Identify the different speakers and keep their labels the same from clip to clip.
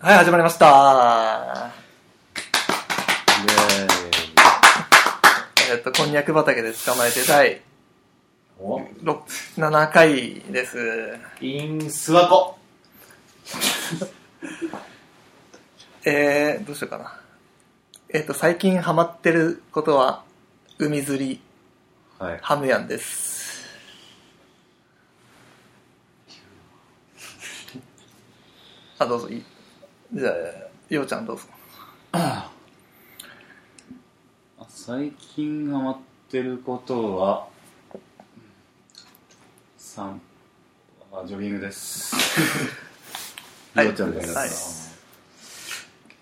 Speaker 1: はい、始まりました。えっと、こんにゃく畑で捕まえて第
Speaker 2: お
Speaker 1: 6 7回です。
Speaker 2: イン諏訪湖
Speaker 1: えー、どうしようかな。えっと、最近ハマってることは、海釣り、
Speaker 2: はい
Speaker 1: ハムヤンです。あ、どうぞ、いいじゃあ、ようちゃんどうぞ。
Speaker 2: 最近ハマってることは散歩あジョギング です
Speaker 1: はい
Speaker 2: りょうちゃんです、
Speaker 1: はい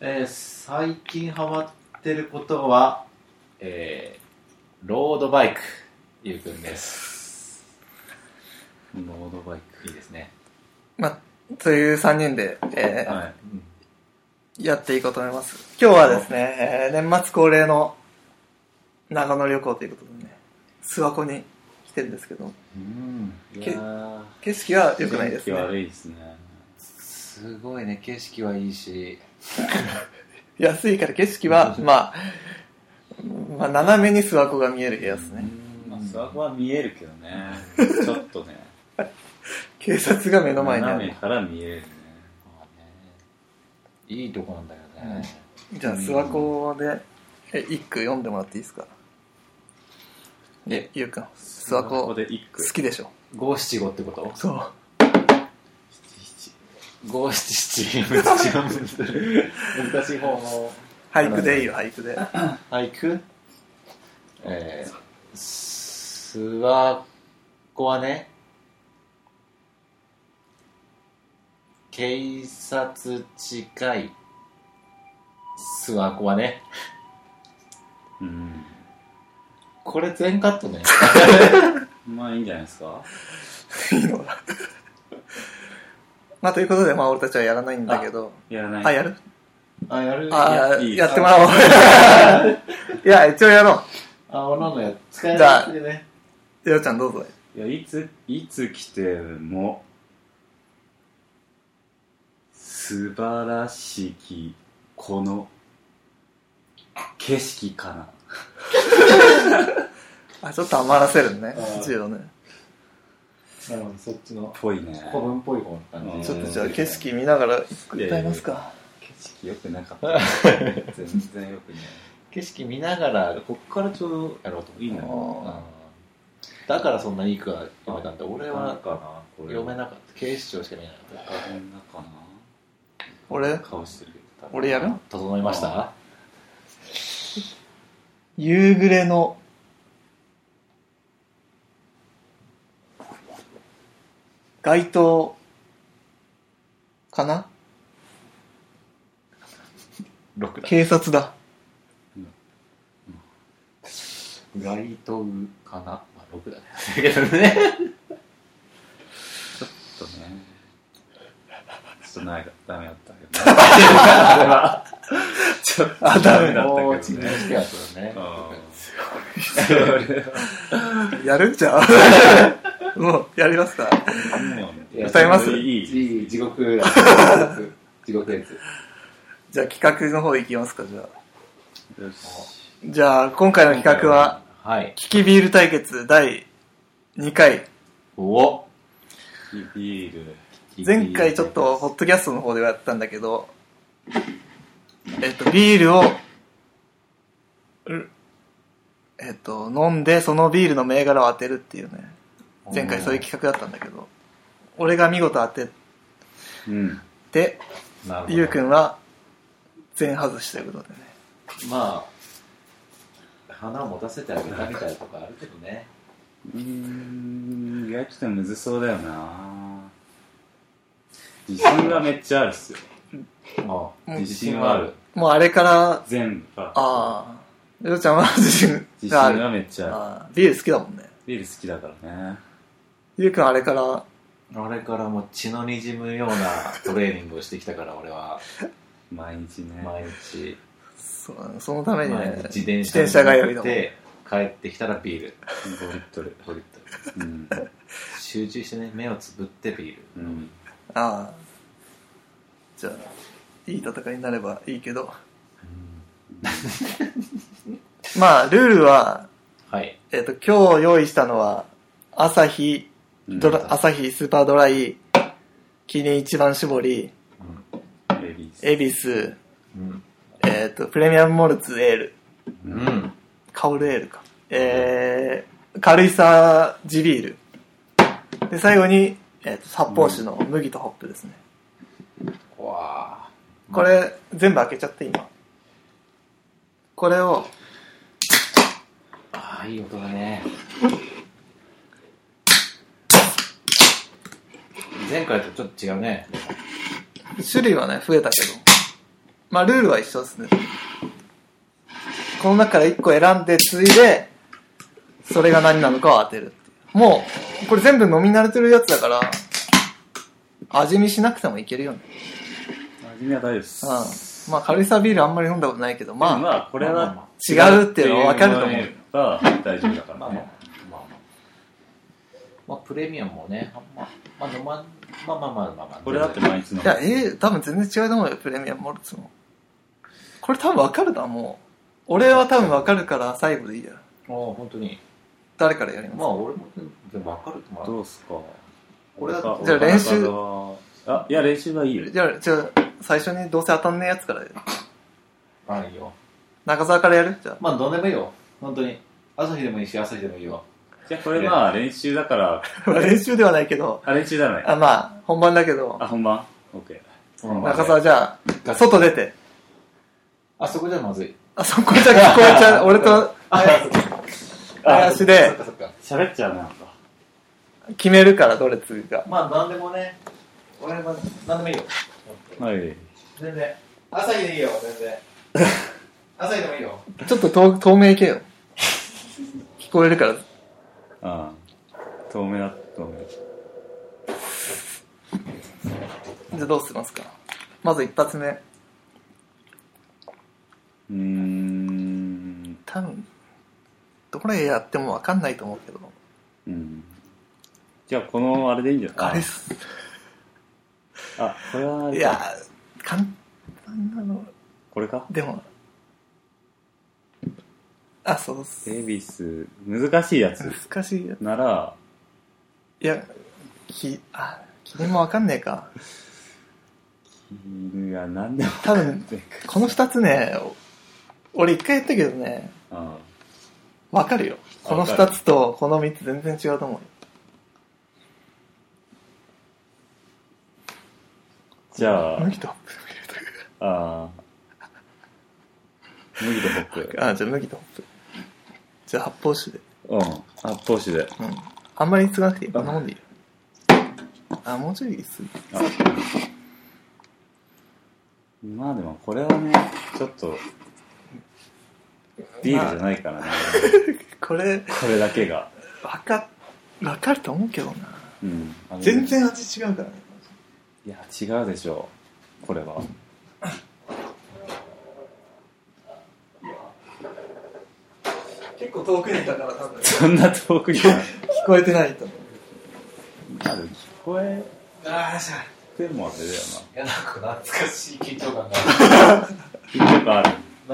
Speaker 3: えー最近ハマってることは、えーロードバイク、ゆうくんです。
Speaker 2: ロードバイク
Speaker 3: いいですね。
Speaker 1: まあ、という3人で、えー
Speaker 2: はい
Speaker 1: やっていこうと思います。今日はですね、えー年末恒例の長野旅行ということでね、諏訪湖に来てるんですけど、
Speaker 2: うんい
Speaker 1: け
Speaker 2: やー
Speaker 1: 景色は 良くないです
Speaker 2: 天気
Speaker 1: ね。
Speaker 2: 悪いですね
Speaker 4: すごいね景色はいいし
Speaker 1: 安いから景色は、まあ、まあ、斜めに諏訪湖が見える部屋ですね。
Speaker 2: まあ諏訪湖は見えるけど ねちょっとね
Speaker 1: 警察が目の前にあ
Speaker 2: 斜め
Speaker 1: る。
Speaker 2: から見えるね
Speaker 4: いいとこなんだよね、
Speaker 1: じゃあ諏訪湖で、え、一句読んでもらっていいですかえ、ゆうくん、諏訪
Speaker 2: ここ
Speaker 1: 湖好
Speaker 2: で一句
Speaker 1: きでしょ
Speaker 4: 五七五ってこと
Speaker 1: そう。
Speaker 4: 五七七
Speaker 2: 難しい方 の
Speaker 1: 俳句でいいよ、俳句で。
Speaker 4: 俳句えー、す諏訪湖はね警察近い諏訪湖はね
Speaker 2: うん
Speaker 4: これ全カッ トね
Speaker 2: まあいいんじゃないですか
Speaker 1: いいのだ。 まあ、ということで、まあ、俺たちはやらないんだけど、
Speaker 2: やらない
Speaker 1: あ、やる
Speaker 4: あやる
Speaker 1: ああ、
Speaker 2: いい
Speaker 1: やってもらおう。 いや、一応やろ
Speaker 4: あおののや使え
Speaker 1: じゃあ
Speaker 4: ないでね
Speaker 1: う。ようちゃんどうぞ。
Speaker 2: いやいついつ来ても素晴らしきこの景色かな
Speaker 1: あ、ちょっと余らせるね
Speaker 4: あ。ー
Speaker 1: 一応ね。
Speaker 4: なるほどそっちの
Speaker 2: ぽいね
Speaker 4: 古文っぽい方の感
Speaker 2: うん
Speaker 4: じ
Speaker 1: ちょっとじゃあ、景色見ながら歌いますか。
Speaker 2: 景色良くなかった全然良くね
Speaker 4: 景色見ながら
Speaker 2: こっからちょうど
Speaker 4: やろうと思って
Speaker 2: いいの
Speaker 1: あ
Speaker 4: だからそんないい句は読めたんだ俺
Speaker 2: な
Speaker 4: は
Speaker 2: んかなこれ
Speaker 4: 読めなかった警視庁しか見えなかっ
Speaker 2: こんなかな
Speaker 1: 俺
Speaker 2: 顔してるけど
Speaker 1: 俺やる
Speaker 4: た整いました
Speaker 1: 夕暮れの、街灯、かな
Speaker 4: 6だ
Speaker 1: 警察だ。
Speaker 4: 街灯かな、まあ、6だね だけどね
Speaker 2: ちょっとねちょっとないダメだったけど、ね、 それはちょっと
Speaker 1: あダメだ
Speaker 2: ダ
Speaker 4: も
Speaker 2: メだ
Speaker 4: う
Speaker 2: っ
Speaker 4: チ
Speaker 2: たけ
Speaker 4: ー
Speaker 2: ど
Speaker 4: ム
Speaker 2: ね
Speaker 4: にしてはそうだ ね
Speaker 1: やるじゃあ。もう、 やりますか。歌います
Speaker 2: いい
Speaker 4: いい地獄だ地獄やつ
Speaker 1: じゃあ、企画の方いきますか、じゃあ。
Speaker 2: よし
Speaker 1: じゃあ、今回の企画は、
Speaker 4: はい
Speaker 1: キキビール対決第2回。
Speaker 4: お
Speaker 2: ビール
Speaker 1: 前回ちょっと、ホットキャストの方ではやったんだけど、 えっと、ビールを、うえっと、飲んで、そのビールの銘柄を当てるっていうね。前回そういう企画だったんだけど、俺が見事当て
Speaker 2: うん
Speaker 1: て、
Speaker 4: なるほど
Speaker 1: ゆうくんは、全外しということでね。
Speaker 4: まあ花を持たせてあげたみたいなとかあるけどね
Speaker 2: うーん意外とちょっとむずそうだよな自信はめっちゃあるっすよ
Speaker 4: あ
Speaker 1: うん
Speaker 2: 自信はある
Speaker 1: もうあれから、
Speaker 2: 全部あ
Speaker 1: ああ、ようちゃんは自信
Speaker 2: 自信
Speaker 1: がある。
Speaker 2: はめっちゃある
Speaker 1: ああビール好きだもんね。
Speaker 2: ビール好きだからね
Speaker 1: ゆうくんあれから、
Speaker 4: 俺からもう血のにじむようなトレーニングをしてきたから俺は
Speaker 2: 毎日ね
Speaker 4: 毎日
Speaker 1: そうだねそのために
Speaker 4: 毎
Speaker 1: ね
Speaker 4: 日、自転
Speaker 1: 自転車
Speaker 4: 車
Speaker 1: 通
Speaker 4: に
Speaker 1: いだも
Speaker 4: 乗っ
Speaker 1: ん。
Speaker 4: て帰ってきたらビール
Speaker 2: 5リットル
Speaker 4: 5リットル
Speaker 2: うん
Speaker 4: 集中してね目をつぶってビール
Speaker 2: うん
Speaker 1: ああ。じゃあ、いい戦いになればいいけど。まあ、ルールは、
Speaker 2: はい。
Speaker 1: えっ、と、今日用意したのは、朝日、
Speaker 5: うん
Speaker 1: ドラ、朝日スーパードライ、キリン一番搾り、
Speaker 5: エビス
Speaker 1: エビス、
Speaker 2: うん。
Speaker 1: えっ、と、プレミアムモルツエール、
Speaker 2: うん。
Speaker 1: カオルエールか。えー、軽いさ地ビール。で、最後に、えっ、と、発泡酒の麦とホップですね。
Speaker 2: わ
Speaker 1: これ、全部開けちゃって、今。これを、
Speaker 2: ああ、いい音だね。前回とちょっと違うね。
Speaker 1: 種類はね、増えたけど。まあ、ルールは一緒ですね。この中から1個選んで、ついで、それが何なのかを当てるっていう。もう、これ全部飲み慣れてるやつだから、味見しなくてもいけるよね。
Speaker 5: 味見は大丈夫です
Speaker 1: うん。まあ、軽さビールあんまり飲んだことないけど、まあ、
Speaker 5: まあこれは
Speaker 1: 違うっていうのは分かると思う
Speaker 5: っていうのは大丈夫だか
Speaker 2: ま
Speaker 5: ら
Speaker 2: あまあ
Speaker 5: ね、
Speaker 2: まあまあ。まあ、プレミアムもね、あんままあ、飲まんまあまあまあまあまあ。
Speaker 5: これだって毎日飲む
Speaker 1: いや、ええ多分全然違うと思うよ、プレミアムモルツも。これ多分わかるな、もう。俺は多分わかるから、最後でいいや。
Speaker 2: ああ、本当に。
Speaker 1: 誰からやります
Speaker 2: まあ、俺もでも分かると思う。
Speaker 5: どうっすか
Speaker 2: これだと
Speaker 1: じゃあ練習
Speaker 5: あいや練習はいいよ
Speaker 1: じゃあ、じゃあ、最初にどうせ当たんねえやつからやる。
Speaker 2: ああ、いいよ。
Speaker 1: 中澤からやるじゃあ。
Speaker 2: まあ、どうでもいいよ。本当に。朝日でもいいし、朝日でもいいよ。
Speaker 5: じゃあこれまあ練習だから
Speaker 1: まあ 練習ではないけど、
Speaker 5: あ練習じゃない
Speaker 1: あまあ、本番だけど、
Speaker 5: あ本番 ?OK
Speaker 2: うん
Speaker 1: 中澤じゃあ、外出て。
Speaker 2: あそこじゃまずい。
Speaker 1: あそこじゃ聞こえちゃう。俺と、林
Speaker 2: そっ
Speaker 1: で
Speaker 2: かそっか。
Speaker 5: 喋っちゃうななんか
Speaker 1: 決めるから、どれ次が。
Speaker 2: まあ、なんでもね、俺はなんでもいいよ。
Speaker 5: はい
Speaker 2: 全然。朝日でいいよ、全 然。朝日でもいいよ。
Speaker 1: ちょっと遠遠目行けよ。聞こえるから。
Speaker 5: あ透明だ透明
Speaker 1: じゃあどうしますか。まず一発目。
Speaker 5: うーん
Speaker 1: 多分、どれやってもわかんないと思うけど。
Speaker 5: うんじゃあこのあれでいいんじゃ
Speaker 1: あ
Speaker 5: な
Speaker 1: れっ
Speaker 5: い
Speaker 1: す。
Speaker 5: ああこれはい
Speaker 1: や、簡単なの。
Speaker 5: これか
Speaker 1: でも、あ、そうっす。
Speaker 5: エビス難しいやつ
Speaker 1: 難しいや。
Speaker 5: なら
Speaker 1: いや、き、あ、記念もわかんねえか。
Speaker 5: 犬が何でも
Speaker 1: 多分、
Speaker 5: 全
Speaker 1: この二つね、お俺一回やったけどね、
Speaker 5: あ
Speaker 1: わかるよ。この
Speaker 5: わ
Speaker 1: 二
Speaker 5: かる
Speaker 1: つとこの三つ全然違うと思うよ。
Speaker 5: じゃあ
Speaker 1: 麦とホップ麦とホッ
Speaker 5: あー麦とホッ プ
Speaker 1: プあ、じゃあ麦とホップ。じゃあ発泡酒で。
Speaker 5: うん発泡酒で
Speaker 1: うん。あんまりつがなくていい。こんなもんでいいよ。あ、もうちょいすぎ。
Speaker 5: あまあでもこれはねちょっとビールじゃないからね、
Speaker 1: これ、
Speaker 5: これだけが、
Speaker 1: わか、わかると思うけどな。
Speaker 5: うん、あの
Speaker 1: 全然味違うからね。
Speaker 5: いや違うでしょうこれは
Speaker 1: 結構遠くにいたから多分。
Speaker 5: そんな遠くには
Speaker 1: 聞こえてないと思う。
Speaker 5: まだ聞こえ
Speaker 2: ああ、じゃ
Speaker 5: てもあれだよ
Speaker 2: いや、なんか懐かしい緊張感が
Speaker 5: な緊張感
Speaker 2: あ
Speaker 5: ある
Speaker 2: る。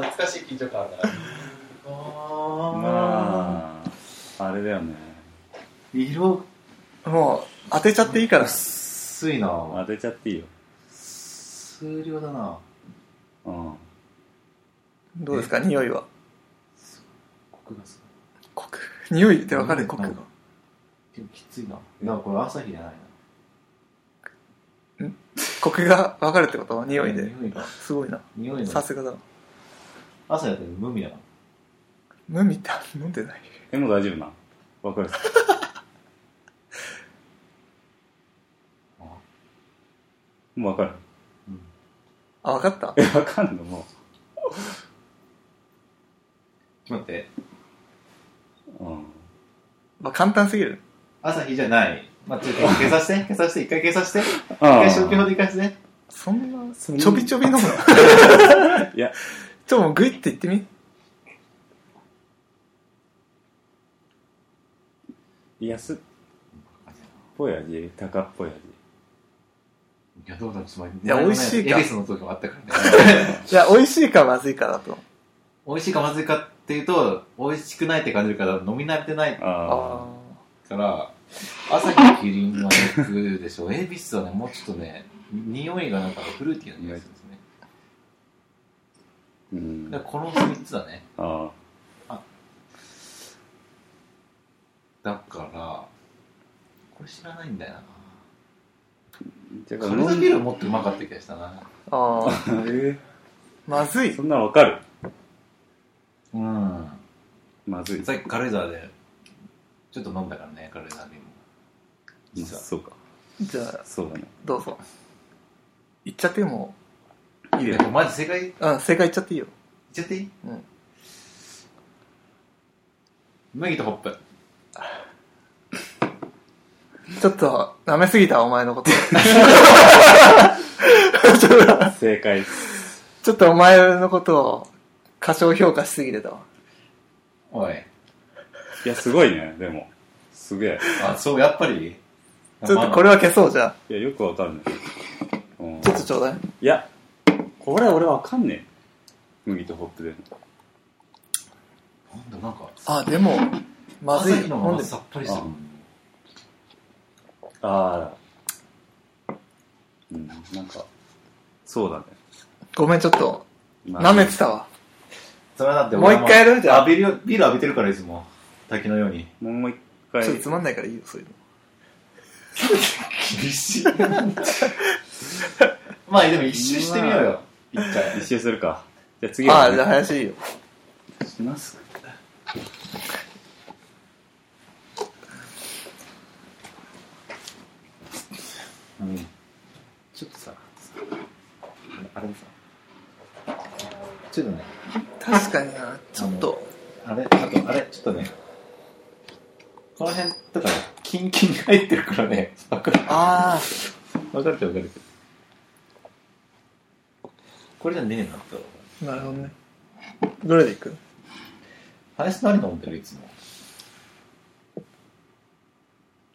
Speaker 2: 懐かしい緊張感がある。あ
Speaker 5: まああれだよね
Speaker 2: ー。色
Speaker 1: もう、当てちゃっていいから。
Speaker 2: 薄いな
Speaker 5: 当てちゃっていいよ、
Speaker 2: 数量だな
Speaker 5: うん、
Speaker 1: どうですか、匂いは。
Speaker 2: コクがす
Speaker 1: コク。匂いでわかる、コク
Speaker 2: なんかごいでもきついななんかこれ朝日じゃない
Speaker 1: コクがわかるってこと
Speaker 2: な
Speaker 1: 匂いで。
Speaker 2: 匂いが
Speaker 1: すごいな。
Speaker 2: 匂いの
Speaker 1: さすがだわ。
Speaker 2: 朝やってる無味だな
Speaker 1: 無味って飲んでない。
Speaker 5: でも大丈夫なわかるっす
Speaker 2: あ
Speaker 5: もうわかる
Speaker 1: あ、わかった
Speaker 5: えわかんのも
Speaker 2: ちょっと待って
Speaker 5: う、うん、
Speaker 1: まあ、簡単すぎる。
Speaker 2: 朝日じゃないまあ、ちょっと消さして 消さして一回消さして一
Speaker 5: 一
Speaker 2: 回消去法で消さして
Speaker 1: そんな、
Speaker 5: そんな
Speaker 1: ちょびちょび飲 むの
Speaker 5: いや
Speaker 1: ちょ、もうグイって言ってみ。
Speaker 5: 安っぽい味高っぽい味
Speaker 2: いや、どうなんですかい
Speaker 1: いや美味しいか
Speaker 2: エビスの時もあったからね。
Speaker 1: いや、美味しいかまずいかだと。
Speaker 2: 美味しいかまずいかっていうと、美味しくないって感じるから、飲み慣れてない
Speaker 5: あ
Speaker 2: から、朝日キリンは抜くでしょ。エビスはね、もう ちょっとね、匂いがなんかフルーティーな匂いするんですね。
Speaker 5: ーうん
Speaker 2: だからこの3つだね。
Speaker 5: あ
Speaker 2: だから、これ知らないんだよな。
Speaker 5: ーてか
Speaker 2: カルダビールもっとうまかった気がしたな。
Speaker 1: あああ、
Speaker 5: 飲んえ
Speaker 1: まず
Speaker 5: ー
Speaker 1: い
Speaker 5: そ。んなのわかる
Speaker 2: うん。
Speaker 5: まずい
Speaker 2: さっき軽井沢で、ちょっと飲んだからね、軽井沢ビールも。実は。
Speaker 5: そうか
Speaker 1: じゃあ、
Speaker 5: そうだね
Speaker 1: どうぞ。行っちゃっても
Speaker 2: いいよ。マジ正解言っ
Speaker 1: う、うん、正解言っちゃっていいよ。
Speaker 2: ちゃっていい
Speaker 1: うん。
Speaker 2: 麦とホップ。
Speaker 1: ちょっと、舐めすぎた、お前のこと。
Speaker 5: 正解です
Speaker 1: ちょっとお前のことを過小評価しすぎてたわ。
Speaker 2: おい。
Speaker 5: いやすごいねでもすげえ
Speaker 2: あ、そう、やっぱり。
Speaker 1: ちょっとこれは消そうじゃあ。
Speaker 5: いやよくわかるね、うん、
Speaker 1: ちょっとちょうだい。
Speaker 5: いやこれ俺わかんねえ麦とホップで
Speaker 2: なんだ、なんか、
Speaker 1: あ、でも、まず
Speaker 2: 朝
Speaker 1: い。
Speaker 2: 日の
Speaker 1: 飲
Speaker 2: ま
Speaker 1: ん
Speaker 2: ま
Speaker 1: で
Speaker 2: さっぱりしてる。
Speaker 5: ああうんなんかそうだね
Speaker 1: ごめん、ちょっと、
Speaker 5: まあ
Speaker 1: 舐めてたわ。
Speaker 2: それはだって、
Speaker 1: もう一回やるじゃあ
Speaker 2: あ。ビール、ビール浴びてるから、いつも。滝のように。
Speaker 5: もう一
Speaker 1: ちょっと
Speaker 5: 回
Speaker 1: つまんないからいいよ、そういうの。
Speaker 2: 厳しい。まあ、でも一周してみようよ。一回。
Speaker 5: 一周するかじゃあ次
Speaker 1: あ
Speaker 5: は、
Speaker 1: あ、じゃあ林いいよ。
Speaker 5: します
Speaker 2: うん。ちょっとさ、あれもさ、ちょっとね、
Speaker 1: 確かにな、ちょっと。
Speaker 2: あれ、あと、あれ、ちょっとね、この辺とかね、キンキンに入ってるからね、わかる、
Speaker 1: あ
Speaker 2: わかるっちゃわかるけど。これじゃねえな
Speaker 1: あ、な
Speaker 2: と。
Speaker 1: るほどね。どれでいく
Speaker 2: 林何飲んでるいつも。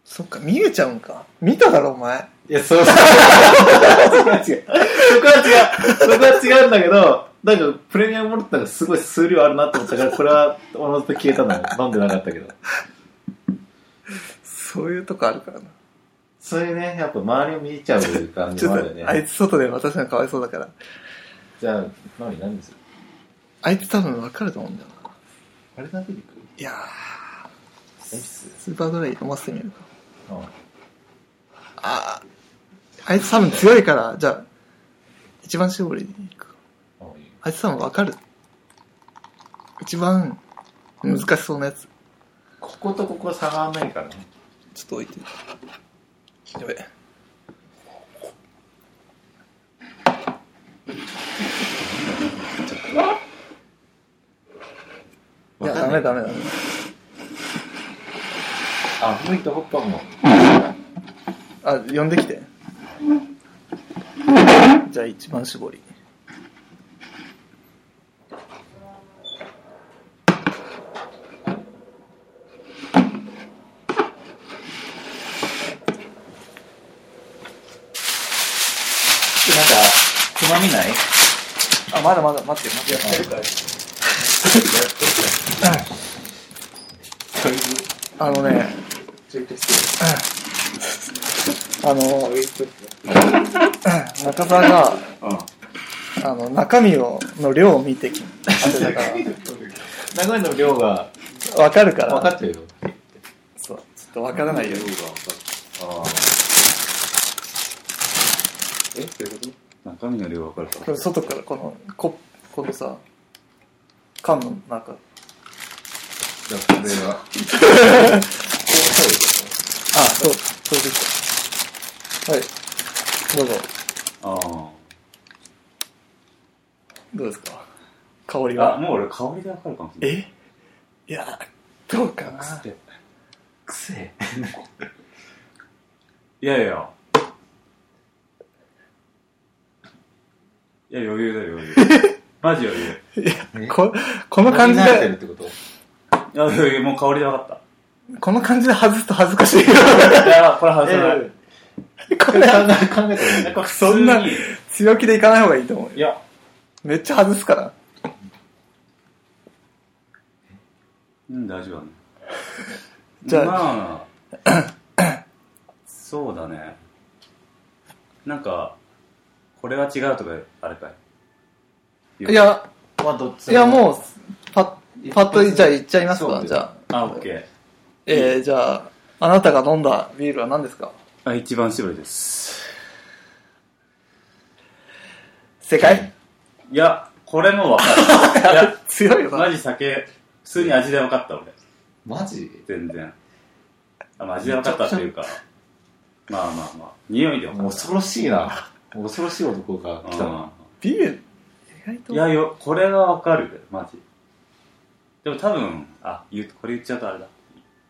Speaker 1: そっか、見えちゃうんか。見ただろ、お前。
Speaker 2: いや、そうそう。そこは違う。そこは違う。そこは違うんだけど、なんかプレミアムモルトがすごい数量あるなと思ったから、これはおのずと消えた の。飲んでなかったけど。
Speaker 1: そういうとこあるからな。
Speaker 2: そういうね、やっぱ周りを見ちゃう感
Speaker 1: ち
Speaker 2: じ
Speaker 1: ょ
Speaker 2: もあ
Speaker 1: っ
Speaker 2: るよ
Speaker 1: と、
Speaker 2: ね。
Speaker 1: あいつ外で私がかわいそうだから。
Speaker 2: じゃあ、何何でする
Speaker 1: あいつ多分わかると思うんだよな。
Speaker 2: あれなんでいく
Speaker 1: いや
Speaker 2: エビス
Speaker 1: ー、スーパードライ飲ませてみるか。
Speaker 2: うん。
Speaker 1: ああ、あいつ多分強いから、じゃあ、一番絞りでいく。
Speaker 2: あいい
Speaker 1: あいつ多分わかる。一番難しそうなやつ。
Speaker 2: こことここ差があんないからね。
Speaker 1: ちょっと置いて。やべ。いや、ダメダメダメ。
Speaker 2: あ、向いたホッパーも。
Speaker 1: あ、呼んできて。じゃあ一番絞り。
Speaker 2: なんか、つまみない
Speaker 1: あ、まだまだ待って待って。やってるから。あのね、あの、中澤が、あの、中身を、の量を見てき、当てたか
Speaker 2: 長いの量が
Speaker 1: ら、わかるから。
Speaker 2: 分かっちゃうよ。
Speaker 1: そう、ちょっとわからないように。
Speaker 5: えどういうこと中身の量わかるか
Speaker 1: これ外からこの、こ、このさ、缶の中。
Speaker 2: じゃあ、これは。
Speaker 1: あ、そう、そうです。はい。どうぞ。
Speaker 5: ああ
Speaker 1: どうですか香り
Speaker 5: あ、
Speaker 1: は。
Speaker 5: もう俺香りでわかるかもしれない。
Speaker 1: えいや、どうかな。
Speaker 2: くせえ。
Speaker 5: いやいや。いや、余裕だよ、余 裕。マジ余裕。
Speaker 1: ここの感じ
Speaker 2: 慣れてる
Speaker 1: で、
Speaker 2: ってこと
Speaker 5: いや、余裕、もう香りでわかっ
Speaker 1: この感じで外すと恥ずかしいよ。
Speaker 5: た。いや、これ外せない。
Speaker 2: え
Speaker 1: こ
Speaker 2: 考え
Speaker 1: れは
Speaker 2: 考えてるね。
Speaker 1: そんな
Speaker 5: 普通に
Speaker 1: 強気でいかない方がいいと思うよ
Speaker 2: いや、
Speaker 1: めっちゃ外すから。
Speaker 5: うん、大丈夫だね。
Speaker 1: じゃあ
Speaker 5: まあそうだね。なんか、これは違うとか、あれかい。
Speaker 1: い、や、
Speaker 2: まあどっち
Speaker 1: いやもう、パ
Speaker 2: 一
Speaker 1: ッ、パッと、
Speaker 2: 発
Speaker 1: じゃあ行っちゃいます
Speaker 2: そうだ
Speaker 1: か、
Speaker 2: よ
Speaker 1: じゃあ。
Speaker 5: あ、オッケー。
Speaker 1: えー、じゃあ、あなたが飲んだビールは何ですか
Speaker 5: あ、一番絞りです。
Speaker 1: 正解
Speaker 5: いや、これもわ かる。いや、
Speaker 1: 強いよ
Speaker 5: マ
Speaker 1: な。
Speaker 5: ジ酒、普通に味で分かった俺。
Speaker 4: マジ
Speaker 5: 全然。あ、まあ、味で分かったっていうか。まあまあまあ。匂いで分かっ
Speaker 2: 恐ろしいな。恐ろしい男が
Speaker 5: た。
Speaker 2: 来た
Speaker 5: うん
Speaker 2: な。
Speaker 1: ビール、意外と。
Speaker 5: いやよ、これはわかるで、マジ。でも多分、あ、言う、これ言っちゃうとあれだ。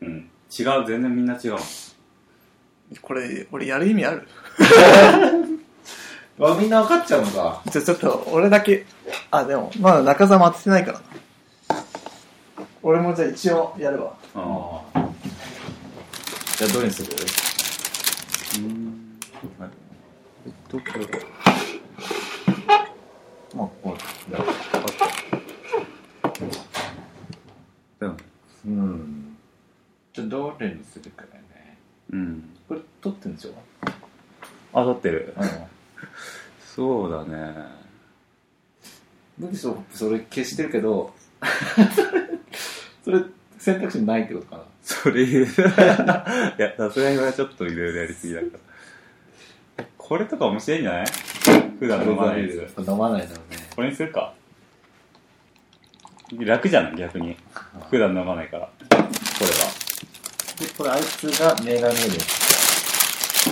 Speaker 5: うん。違う、全然みんな違うもん。
Speaker 1: これ、俺やる意味ある
Speaker 2: わ、みんな分かっちゃうのか。
Speaker 1: じゃあちょっと、俺だけ、あ、でも、まだ中澤当ててないからな。俺もじゃあ一応やるわ。
Speaker 5: うん。
Speaker 2: じゃあどれにする
Speaker 5: どこだ
Speaker 2: まあ、こ
Speaker 5: でも、
Speaker 2: う。うん。じゃあどれにするかだよね。
Speaker 5: うん。
Speaker 2: これ撮ってんでしょ
Speaker 5: あ、取ってる。
Speaker 2: う
Speaker 5: そうだね。
Speaker 2: ん。文章それ消してるけ ど、それ選択肢ないってことかな。
Speaker 5: それ 言う。いや、さすがにこれはちょっといろいろやりすぎだから。これとか面白いんじゃない普段飲まないやつ。
Speaker 2: 飲まないだろうね。
Speaker 5: これにするか。楽じゃない逆に。普段飲まないから。
Speaker 2: これは。で、これあいつがメガネです。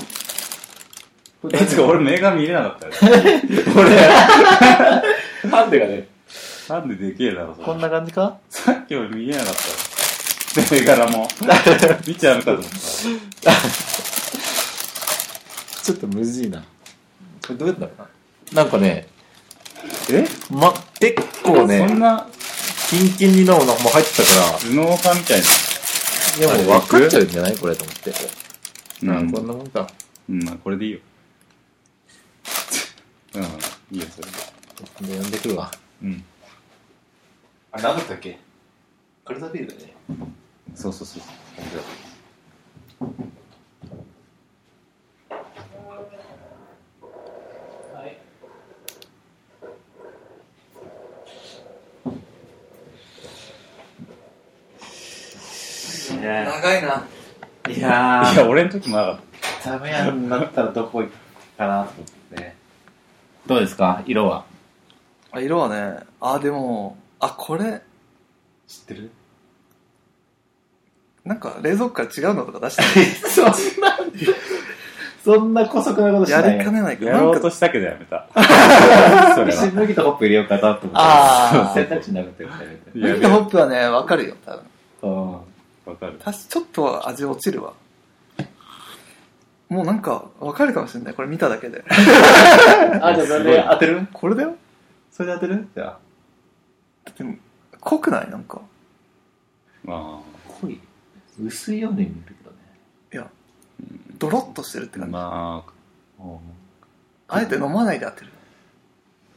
Speaker 2: こ
Speaker 5: え、つか俺目が見れなかった よ。
Speaker 2: ハンデがね、
Speaker 5: なんででけえだろ、それ。
Speaker 1: こんな感じか
Speaker 5: さっき俺見えなかったよ。銘柄 も。見ちゃうかと思っ
Speaker 2: ちょっとむずいな。これどうやったのかななんかね、えま、結構
Speaker 5: た。そん
Speaker 2: ね、
Speaker 5: な
Speaker 2: キンキンに飲むのも入ってたか
Speaker 5: 頭脳派みたい
Speaker 2: ら、でも分かっちゃうんじゃないこれと思って。
Speaker 5: な。
Speaker 2: こんなもんか。
Speaker 5: うん、まあこれ でいいよ。うん、いいよ、それで。
Speaker 2: で、呼んでくるわ。
Speaker 5: うん。
Speaker 4: あれなかったっけ
Speaker 2: カルタビールだね。
Speaker 5: そうそうそう。
Speaker 2: いや
Speaker 1: 長いな。
Speaker 2: いや
Speaker 5: いや、俺の時もなかっ
Speaker 2: ダメやんなったらどこ行くかなと思ってね。どうですか色は。
Speaker 1: あ、色はね、あ、でも、あ、これ、
Speaker 2: 知ってる
Speaker 1: なんか冷蔵庫から違うのとか出してる
Speaker 2: そんな、 そんな古速なことし
Speaker 1: や
Speaker 2: ない。
Speaker 1: りかねない
Speaker 5: た。
Speaker 1: か
Speaker 5: や
Speaker 1: ら。な
Speaker 5: ろ
Speaker 1: ん
Speaker 5: うと
Speaker 1: か、
Speaker 5: したけどやめ た。それ
Speaker 2: 新
Speaker 5: は。
Speaker 2: 麦とホップ入れようかなと思って。
Speaker 1: あー
Speaker 2: 選択肢なくてみたい
Speaker 5: い
Speaker 1: ミ
Speaker 5: や
Speaker 1: ントホップはね、わかるよ、多分。
Speaker 2: な。うん。
Speaker 5: わかる。
Speaker 1: たしちょっと味落ちるわ。もうなんか、わかるかもしれない。これ見ただけで。
Speaker 2: あ、じゃあそれで当てる
Speaker 1: これだよ
Speaker 2: それで当てるじゃあ。
Speaker 1: でも、濃くないなんか。
Speaker 5: ま
Speaker 2: 濃い。薄いように見えるけどね。
Speaker 1: ドロッとしてるって
Speaker 5: あ、
Speaker 1: 感じ。
Speaker 5: まあ、
Speaker 1: あえて飲まないで当てる。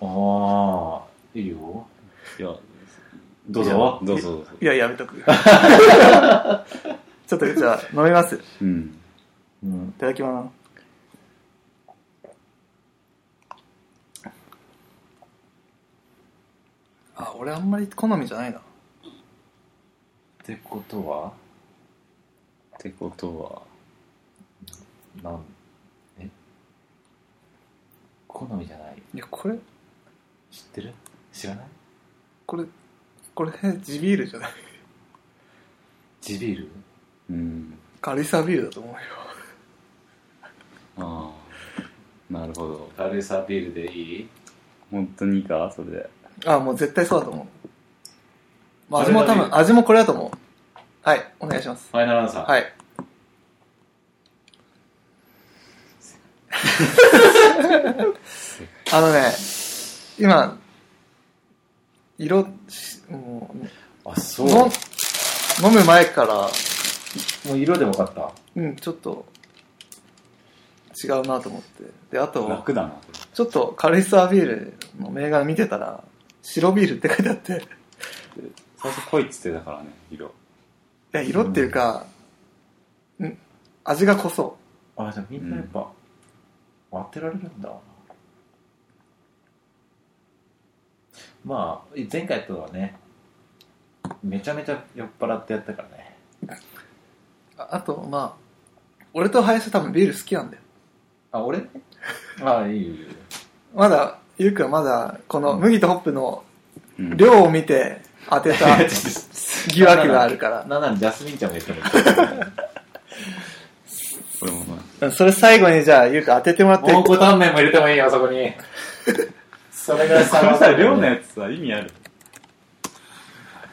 Speaker 2: ああ、いいよ。
Speaker 5: いや、
Speaker 2: どう
Speaker 5: いや
Speaker 2: ぞ。
Speaker 5: どうぞどうぞ。
Speaker 1: いや、やめと く。ちょっと、じゃあ、飲みます。い
Speaker 5: うん。
Speaker 2: うん。
Speaker 1: ただきます。あ、俺あんまり好みじゃないな。
Speaker 2: ってことは、
Speaker 5: ってことは、
Speaker 2: なん、え好みじゃない
Speaker 1: いや、これ、
Speaker 2: 知ってる知らない
Speaker 1: これ、これ、地ビールじゃない。
Speaker 2: 地ビール
Speaker 5: うん。
Speaker 1: 軽さビールだと思うよ。
Speaker 5: ああ、なるほど。
Speaker 2: 軽さビールでいい
Speaker 5: 本当にいいかそれで。
Speaker 1: あ、もう絶対そうだと思う。まあ、
Speaker 2: そ
Speaker 1: 味
Speaker 2: れ
Speaker 1: も
Speaker 2: は
Speaker 1: 多
Speaker 2: いい
Speaker 1: 分、
Speaker 2: よ
Speaker 1: 味もこれだと思う。はい、お願いします。
Speaker 2: ファイナルアンサー。
Speaker 1: はい。あのね、今、色、しも、
Speaker 2: あ、そうう。
Speaker 1: の飲む前から、
Speaker 2: もう色で分かった。
Speaker 1: うん、ちょっと、違うなと思って。で、あと、
Speaker 5: 楽だな、これ。
Speaker 1: ちょっとカルイスアビールの銘柄見てたら、白ビールって書いてあって、い
Speaker 5: 最初濃いっつってたからね、色。
Speaker 1: や、色っていうか、うん、味が濃そ
Speaker 2: あ、じゃあみんなやっぱ、当てられるんだ。まあ、前回とはね、めちゃめちゃ酔っ払ってやったからね。
Speaker 1: う。ああと、まあ、俺と林は多分ビール好きなんだよ。
Speaker 2: あ、俺ね あ、いいよいいよ。
Speaker 1: まだ、ゆうくんはまだ、この麦とホップの
Speaker 5: うん
Speaker 1: 量を見て当てた疑惑があるから。
Speaker 2: ななにジャスミンちゃんも言って もい
Speaker 5: これもまあ
Speaker 1: うんそれ最後にじゃあ、ゆうくん当ててもらっ
Speaker 2: い。
Speaker 1: て。
Speaker 2: 蒙古タンメンも入れてもいいよ、そこに。 それが
Speaker 5: こ れさ、量の
Speaker 2: ね。
Speaker 5: やつさ、意味ある。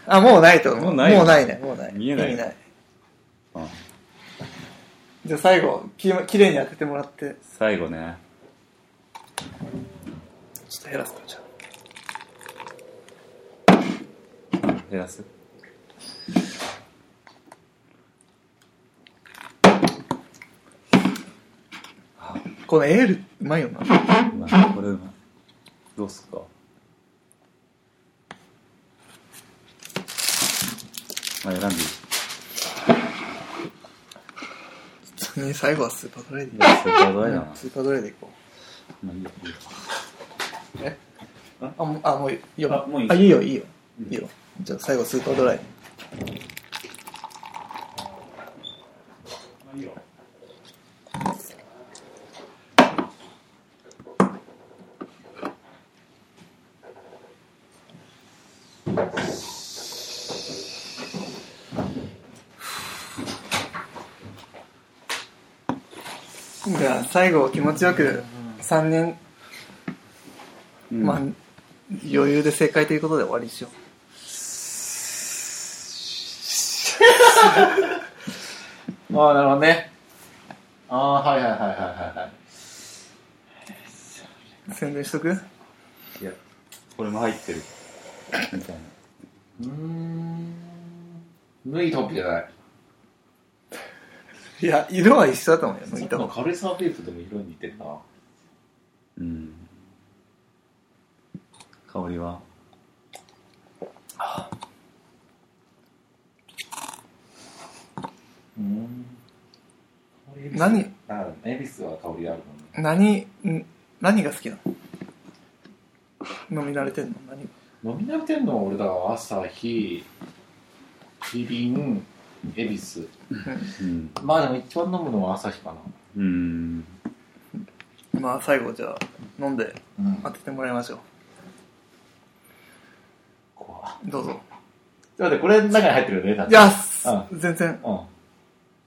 Speaker 1: あ、もうないと思う。
Speaker 5: もうないよ
Speaker 1: もうないね。もうない。
Speaker 5: 見えない
Speaker 1: 意味ない。
Speaker 5: うん
Speaker 1: じゃあ最後、ききれいに当ててもらって。
Speaker 5: 最後ね。
Speaker 1: ちょっと減らすか、じゃあ。
Speaker 5: 減らす
Speaker 1: このエール、うまいよな。
Speaker 5: うまいこれうまいどうすっかまあ選んでいい
Speaker 1: ね最後はスーパードライでいい
Speaker 5: やそれどうだよな
Speaker 1: スーパードライでいこ
Speaker 5: まあいいよいいよ
Speaker 1: う。あ、もう、あもういいよ。
Speaker 5: あもういい
Speaker 1: あ、いいよ、いいよ。いいよ。じゃあ最後スーパードライ。
Speaker 5: まあいいよ
Speaker 1: じゃあ最後気持ちよく3人、
Speaker 5: うん
Speaker 1: まあ、余裕で正解ということで終わりにしよ
Speaker 2: ああ、なるほどね。ああ、はいはいはいはいはいはい。
Speaker 1: う。宣伝しとく
Speaker 5: いやこれも入ってるみたいう
Speaker 4: ーん。脱いトップじゃない。
Speaker 1: いや、色は一緒だと思うよ、
Speaker 2: さ
Speaker 1: 麦
Speaker 2: っき
Speaker 1: とホ
Speaker 2: の
Speaker 1: ップ。
Speaker 2: 軽さビールとでも色に似てるな。
Speaker 5: なうん香りは
Speaker 2: うん。
Speaker 1: 何
Speaker 2: あ恵比寿は香りあるもんね。
Speaker 1: 何、ん何が好きなの飲み慣れてんの何が
Speaker 2: 飲み慣れてんのは俺だわ。朝日、キリン、恵比寿。
Speaker 5: うん
Speaker 2: まあでも一番飲むのは朝日かな。
Speaker 5: うん
Speaker 1: まあ最後じゃあ飲んで
Speaker 2: うん
Speaker 1: 当ててもらいましょ
Speaker 2: 怖っ
Speaker 1: う。どうぞ。
Speaker 2: だってこれの中に入ってるよね、だっ
Speaker 1: い
Speaker 2: て
Speaker 1: や、す全然。
Speaker 2: うん。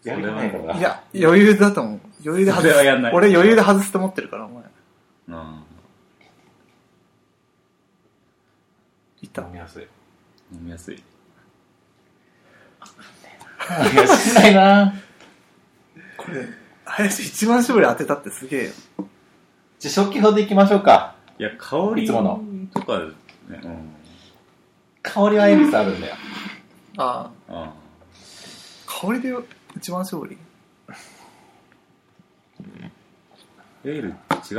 Speaker 2: やりたないから
Speaker 1: い
Speaker 2: な。
Speaker 1: や、余裕だと思う。余裕で外す。
Speaker 5: それはやんない
Speaker 1: 俺余裕で外すと思ってるから、お前。
Speaker 5: あ
Speaker 1: いった
Speaker 2: 飲。みやすい。
Speaker 5: ー飲みやすい
Speaker 2: 飲みやすないな。
Speaker 1: これ、林一番絞り当てたってすげえよ。
Speaker 2: じゃあ、食器表でいきましょうか。
Speaker 5: いや香り
Speaker 2: いつもの
Speaker 5: とかねうん
Speaker 2: 香りは恵比寿あるんだよ。
Speaker 1: ああ、
Speaker 5: あ
Speaker 1: 香りで一番絞り
Speaker 5: ーエール違うからね
Speaker 2: なんか、もう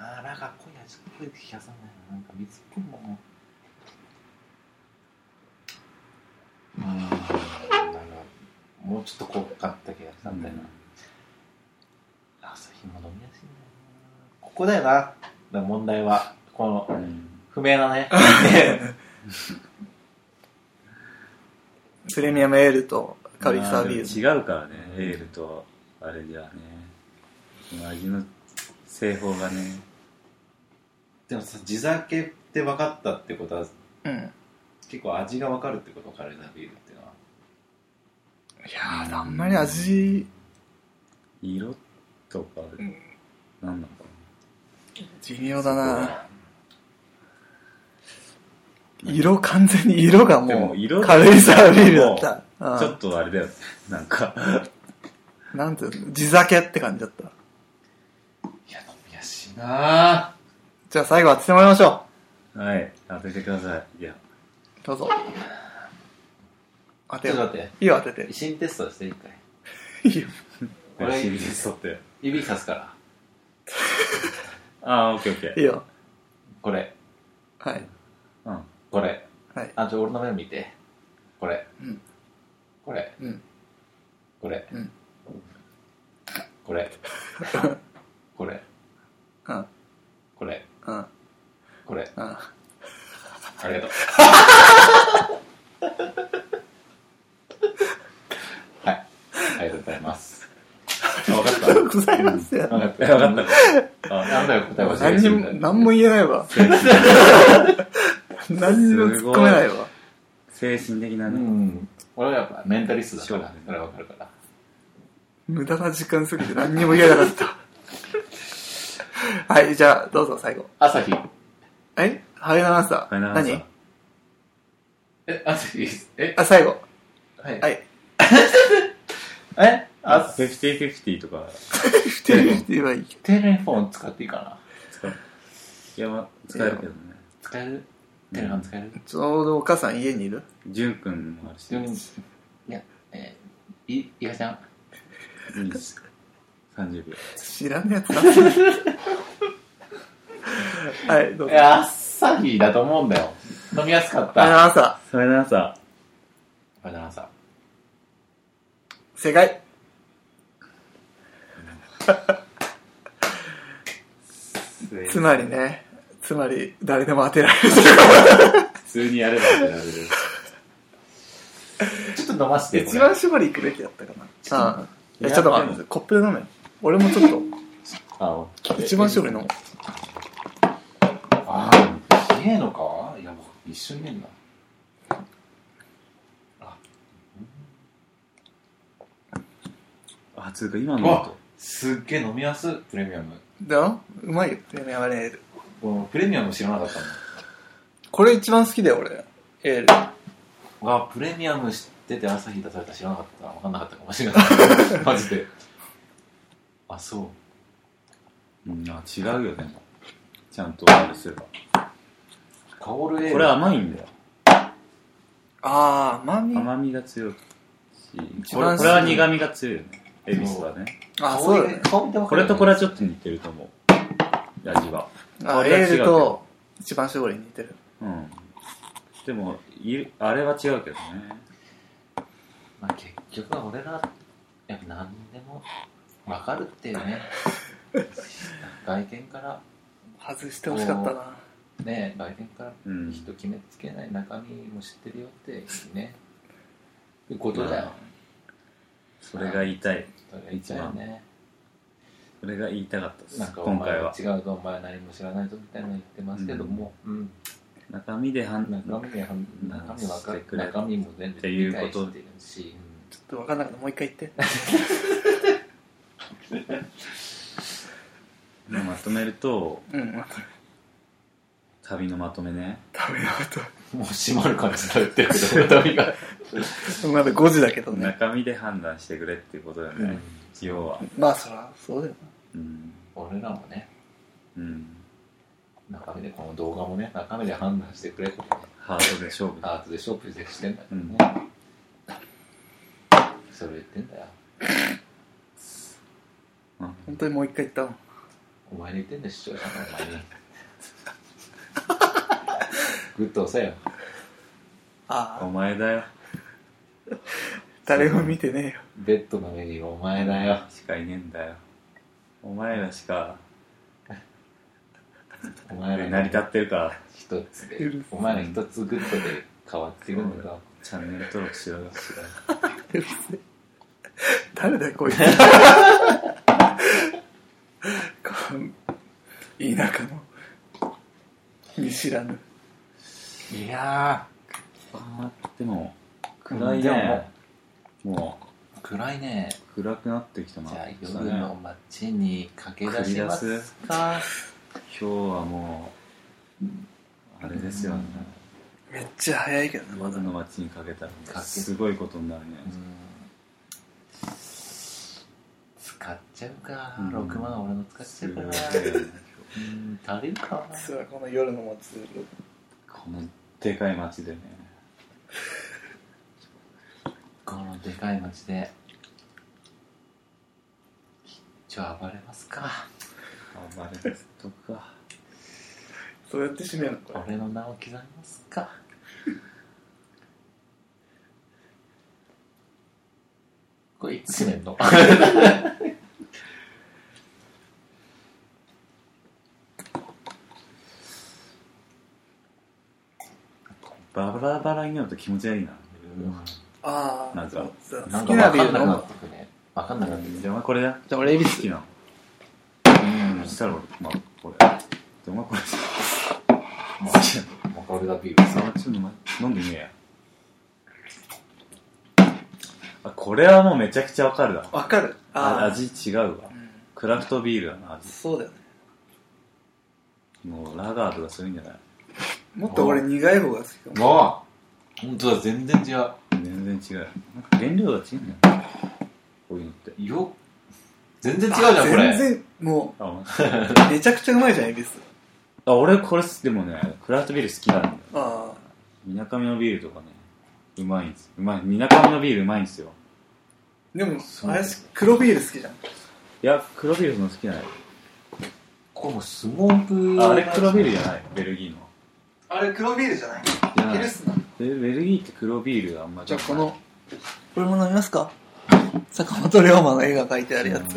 Speaker 2: な、なんか今夜ちょっと濃い気がするんだよな。なんか水っぽいもんな。うん、なんか、もうちょっと濃かった気がしたんだよな。朝日も飲みやすいんだよな。ここだよな。だから問題は、こ
Speaker 5: う
Speaker 2: の、
Speaker 5: ん
Speaker 2: 不明なね。
Speaker 1: プレミアムエールとカリサービール。
Speaker 5: まあでも違うからね、エールとあれじゃねその味の製法がね
Speaker 2: でもさ、地酒って分かったってことは、
Speaker 1: うん。いや
Speaker 2: 結構味が分かるってこと、カレーのビールっていうのは。
Speaker 1: ー、あんまり味、
Speaker 5: 色とか、
Speaker 1: ん
Speaker 5: なんなのか
Speaker 1: 微妙だな。色、完全に色が
Speaker 5: で
Speaker 1: も
Speaker 5: も色
Speaker 1: う、カルイサービールだった。
Speaker 5: な、
Speaker 1: あ
Speaker 5: ちょっとあれだよなんか
Speaker 1: あなんていうの地酒って感じだった。
Speaker 2: いや、飲みやすいな
Speaker 1: じゃあ最後当ててもらいましょ
Speaker 5: はい当ててくださいいや
Speaker 1: う。どうぞ。当て
Speaker 2: ちょっ
Speaker 1: よ
Speaker 2: と
Speaker 1: う。
Speaker 2: 待って。
Speaker 1: いいよ、当てて。
Speaker 2: 心テストして、一回。
Speaker 1: いいよ。
Speaker 2: これ
Speaker 5: シリーズ撮って
Speaker 2: 指さすから。
Speaker 5: あー、オッケーオッケー。
Speaker 1: いいよ。
Speaker 2: これ、
Speaker 1: はい。
Speaker 5: うん。
Speaker 2: これ。
Speaker 1: はい。
Speaker 2: あ、ちょ、俺の目見て。これ、
Speaker 1: うん。
Speaker 2: これ、
Speaker 1: うん。
Speaker 2: これ、
Speaker 1: うん
Speaker 2: これ、 こ
Speaker 1: うん。
Speaker 2: れ、これ、
Speaker 1: うん。
Speaker 2: これ。
Speaker 1: うん。
Speaker 2: ありがとう。 はい。ありがとうございます。
Speaker 5: あわかった。わ
Speaker 1: ございますよ。
Speaker 2: わかった。
Speaker 5: かった。あ
Speaker 2: なんだよ、答え教え
Speaker 1: 何
Speaker 2: て
Speaker 1: に
Speaker 2: く
Speaker 1: も
Speaker 2: れ、ない。
Speaker 1: 何も言えないわ。何にも突っ込めないわ。
Speaker 5: 精神的な
Speaker 2: う
Speaker 5: ね。
Speaker 2: ん。俺はやっぱメンタリストだから
Speaker 5: そう、
Speaker 2: それはわかるから。
Speaker 1: 無駄な時間過ぎて何にも言えなかった。はい、じゃあ、どうぞ、最後。
Speaker 2: 朝日。
Speaker 1: えハイナアンサ
Speaker 5: フ
Speaker 1: ー。
Speaker 5: ァイナルアンサー
Speaker 1: 何
Speaker 2: え、朝日、え、
Speaker 1: あ、最後。
Speaker 2: はい
Speaker 1: は。い。
Speaker 2: え
Speaker 5: あ、
Speaker 2: あ
Speaker 5: フィフティフィフティとか
Speaker 1: フテルフテルはいいけ
Speaker 2: テレフォン使っていいかな
Speaker 5: 使う。いや、まあ、使えるけどね。
Speaker 2: 使えるテレフォン使える
Speaker 1: ど。ちょうどお母さん家にいる
Speaker 5: ジュン君もあるし。
Speaker 2: ちなみに、いや、えー、い、いかちゃん
Speaker 5: 30秒。
Speaker 1: 知らねえやつなんだはい、どう
Speaker 2: い
Speaker 1: ぞ。
Speaker 2: や、朝日だと思うんだよ。飲みやすかった。
Speaker 1: ハイ
Speaker 2: あ
Speaker 1: ナアンサ
Speaker 5: ファイナルアンサ
Speaker 2: りがとうございます。
Speaker 1: ー。正解。
Speaker 5: ー。
Speaker 1: つまりね、つまり、誰でも当てられる。
Speaker 5: 普通にやればってなる。
Speaker 2: ちょっと飲ませて。
Speaker 1: 一番絞り行くべきだったかな。うん。え、ちょっと待って、コップで飲めよ。俺もちょっ
Speaker 2: あ
Speaker 1: と、 一番絞り飲もう。
Speaker 2: あー、冷えのかいや、もう一緒に寝んな。
Speaker 5: あ、つうか今の
Speaker 2: わ
Speaker 5: 音。
Speaker 2: すっげえ飲みやすいプレミアム。
Speaker 1: だようまいよ。プレミアムエール。
Speaker 2: もうプレミアム知らなかった
Speaker 1: これ一番好きだよ、俺。エール。
Speaker 2: の。わプレミアム知ってて朝日出された知らなかった。わかんなかったかもしれ ない。マジで。あ、そう。
Speaker 5: うん、あ、違うよ、でも。ちゃんとあれすれば。
Speaker 2: カオルエール。
Speaker 5: これ甘いんだよ。
Speaker 1: あー、甘み。
Speaker 5: 甘みが強いし。
Speaker 1: 一
Speaker 5: こ
Speaker 1: 番
Speaker 5: れこれは苦みが強いよね。エビスはね。
Speaker 1: あ、
Speaker 2: 香
Speaker 1: そ
Speaker 2: り
Speaker 1: うだね。
Speaker 2: 香りでわ
Speaker 5: こ
Speaker 2: かる
Speaker 5: れ
Speaker 2: よね
Speaker 5: とこれはちょっと似てると思う。味は。
Speaker 1: あ、
Speaker 5: 香りは違
Speaker 1: エ
Speaker 5: うけど
Speaker 1: ールと一番絞りに似てる。
Speaker 5: うん。でも、いあれは違うけどね。
Speaker 2: まあ、結局は俺ら、やっぱ何でもわかるっていうね。 外見から、
Speaker 1: 外してほしかったな。
Speaker 2: ね、外見から
Speaker 5: うん。
Speaker 2: 人決めつけない中身も知ってるよってね。いうことだよ。
Speaker 5: それが言いたい。
Speaker 2: それが一番ね。
Speaker 5: それが言いたかったです。
Speaker 2: なんかお
Speaker 5: 今
Speaker 2: 前
Speaker 5: 回
Speaker 2: は
Speaker 5: は。
Speaker 2: 違うぞ、お前は何も知らないぞみたいなの言ってますけども、うん。
Speaker 5: 中身で判
Speaker 2: 中
Speaker 5: 断。
Speaker 2: 身は、中身わか
Speaker 5: して
Speaker 2: る
Speaker 5: くれ
Speaker 2: 中身も全部
Speaker 5: っていうこと
Speaker 2: 理解してるし、
Speaker 1: ちょっとわかんなくて、もう一回言って。
Speaker 5: まとめると、
Speaker 1: うん、ま
Speaker 5: 旅のまとめね。
Speaker 1: た食べなか っ
Speaker 2: うんもう閉まる感じだよって言ってるけど、中身が。
Speaker 1: た。 まだ5時だけどね。
Speaker 5: 中身で判断してくれっていうことだよね。要は。
Speaker 1: まあ、そら、そうだよ
Speaker 5: うん。
Speaker 2: 俺らもね、
Speaker 5: うん。
Speaker 2: 中身でこの動画もね、中身で判断してくれとかね。
Speaker 5: ハートで勝負だ。
Speaker 2: アートでショップでしてんだよね、それ言ってんだよ
Speaker 5: うん
Speaker 1: 本当にもう一回言ったもん。
Speaker 2: お前に言ってんだよ視聴者のお 前にグッと押せよ
Speaker 1: あ
Speaker 5: お前だよ。
Speaker 1: ー、誰も見てねえよ。
Speaker 2: ベッドの上にお前だよ
Speaker 5: しかいねえんだよ。お前らしか、
Speaker 2: お前ら
Speaker 5: 成り立ってるから、
Speaker 2: 一つ
Speaker 1: う
Speaker 2: で
Speaker 1: る
Speaker 2: お前ら一つグッドで変わっていくんだよ
Speaker 5: チャンネル登録しろよ。
Speaker 1: うるせえ誰だよ、こいつ。こん田舎の、見知らぬ。
Speaker 2: いや
Speaker 5: あーでも、
Speaker 2: ー
Speaker 5: 暗い
Speaker 2: でも
Speaker 5: ね。も
Speaker 2: 暗いね
Speaker 5: う、暗くなってきたな。
Speaker 2: じゃあ
Speaker 5: 来たね
Speaker 2: 夜の街に駆け出しますか
Speaker 5: 今日はもう、あれですよね。
Speaker 1: めっちゃ早いけどね、まだ
Speaker 5: 夜。の街にかけた
Speaker 2: け
Speaker 5: ら、すごいことになるね。
Speaker 2: うん使っちゃうか、
Speaker 5: うん
Speaker 2: 6万俺の使っちゃ
Speaker 5: す
Speaker 2: うか
Speaker 5: ごい
Speaker 2: な
Speaker 5: よね。
Speaker 2: うん足りるかな
Speaker 1: 実はこの夜の街
Speaker 5: このでかい街でね。
Speaker 2: このでかい街で一応暴れますか
Speaker 4: 暴れますとか。
Speaker 1: そうやって締めるのこれ。
Speaker 2: 俺の名を刻みますか これいつめん の
Speaker 5: バラバラになると気持ち悪いな。
Speaker 1: ああ。
Speaker 5: なんか
Speaker 1: そう
Speaker 2: な
Speaker 1: 好
Speaker 2: ん
Speaker 1: き
Speaker 2: か
Speaker 1: な
Speaker 2: 分
Speaker 1: 理由
Speaker 2: かんなくな
Speaker 1: の。
Speaker 2: ってくね分かんなくなってくる
Speaker 5: じゃあお前これだ。
Speaker 1: じゃあ俺、恵比
Speaker 5: 好き
Speaker 1: 寿。
Speaker 5: なの。そしたら俺、まあ、これ。でお前これさ。好きなの。
Speaker 2: もう俺がビールさ
Speaker 5: あちょっと待って飲んでみえや。あ、これはもうめちゃくちゃわかるわ。
Speaker 1: わかる
Speaker 5: あ
Speaker 1: ああ。
Speaker 5: 味違うわ。
Speaker 1: うん
Speaker 5: クラフトビールだな、味。
Speaker 1: そうだよね。
Speaker 5: もうラガーとかそういうんじゃない
Speaker 1: もっと俺苦い方が好きかも。
Speaker 2: わあ本当だ全然違う
Speaker 5: 全然違う。なんか原料が違うんだよ。こういうのって。
Speaker 2: よ全然違うじゃんこれ
Speaker 1: 全然、も
Speaker 5: あ、本
Speaker 1: う、めちゃくちゃうまいじゃん、恵比寿。
Speaker 5: 当 あ俺これす、でもね、クラフトビール好きなんだよ。
Speaker 1: あ
Speaker 5: みなかみのビールとかね、うまいんです。うまい。みなかみのビールうまいんですよ。
Speaker 1: あ。でも、
Speaker 5: う
Speaker 1: あれ、黒ビール好きじゃん。
Speaker 5: いや、黒ビールその好きじゃない。
Speaker 2: これもうスモーク
Speaker 5: ああれ黒ビールじゃない。ベルギーの。
Speaker 1: あれ、黒ビールじゃない
Speaker 5: じゃない
Speaker 1: ヘルスな。
Speaker 5: ベベルギーって黒ビールがあんまり
Speaker 1: じゃあ、この、これも飲みますか坂本龍馬の絵が描いてあるやつ。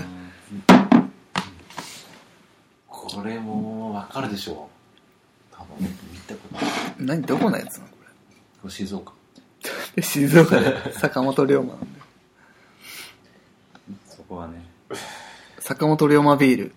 Speaker 2: これも分かるでしょう多分見たことない
Speaker 1: 何、どこのやつなのこ
Speaker 2: これ静岡
Speaker 1: れ。で、静岡で坂本龍馬なんだよ。
Speaker 5: そこはね。
Speaker 1: 坂本龍馬ビール。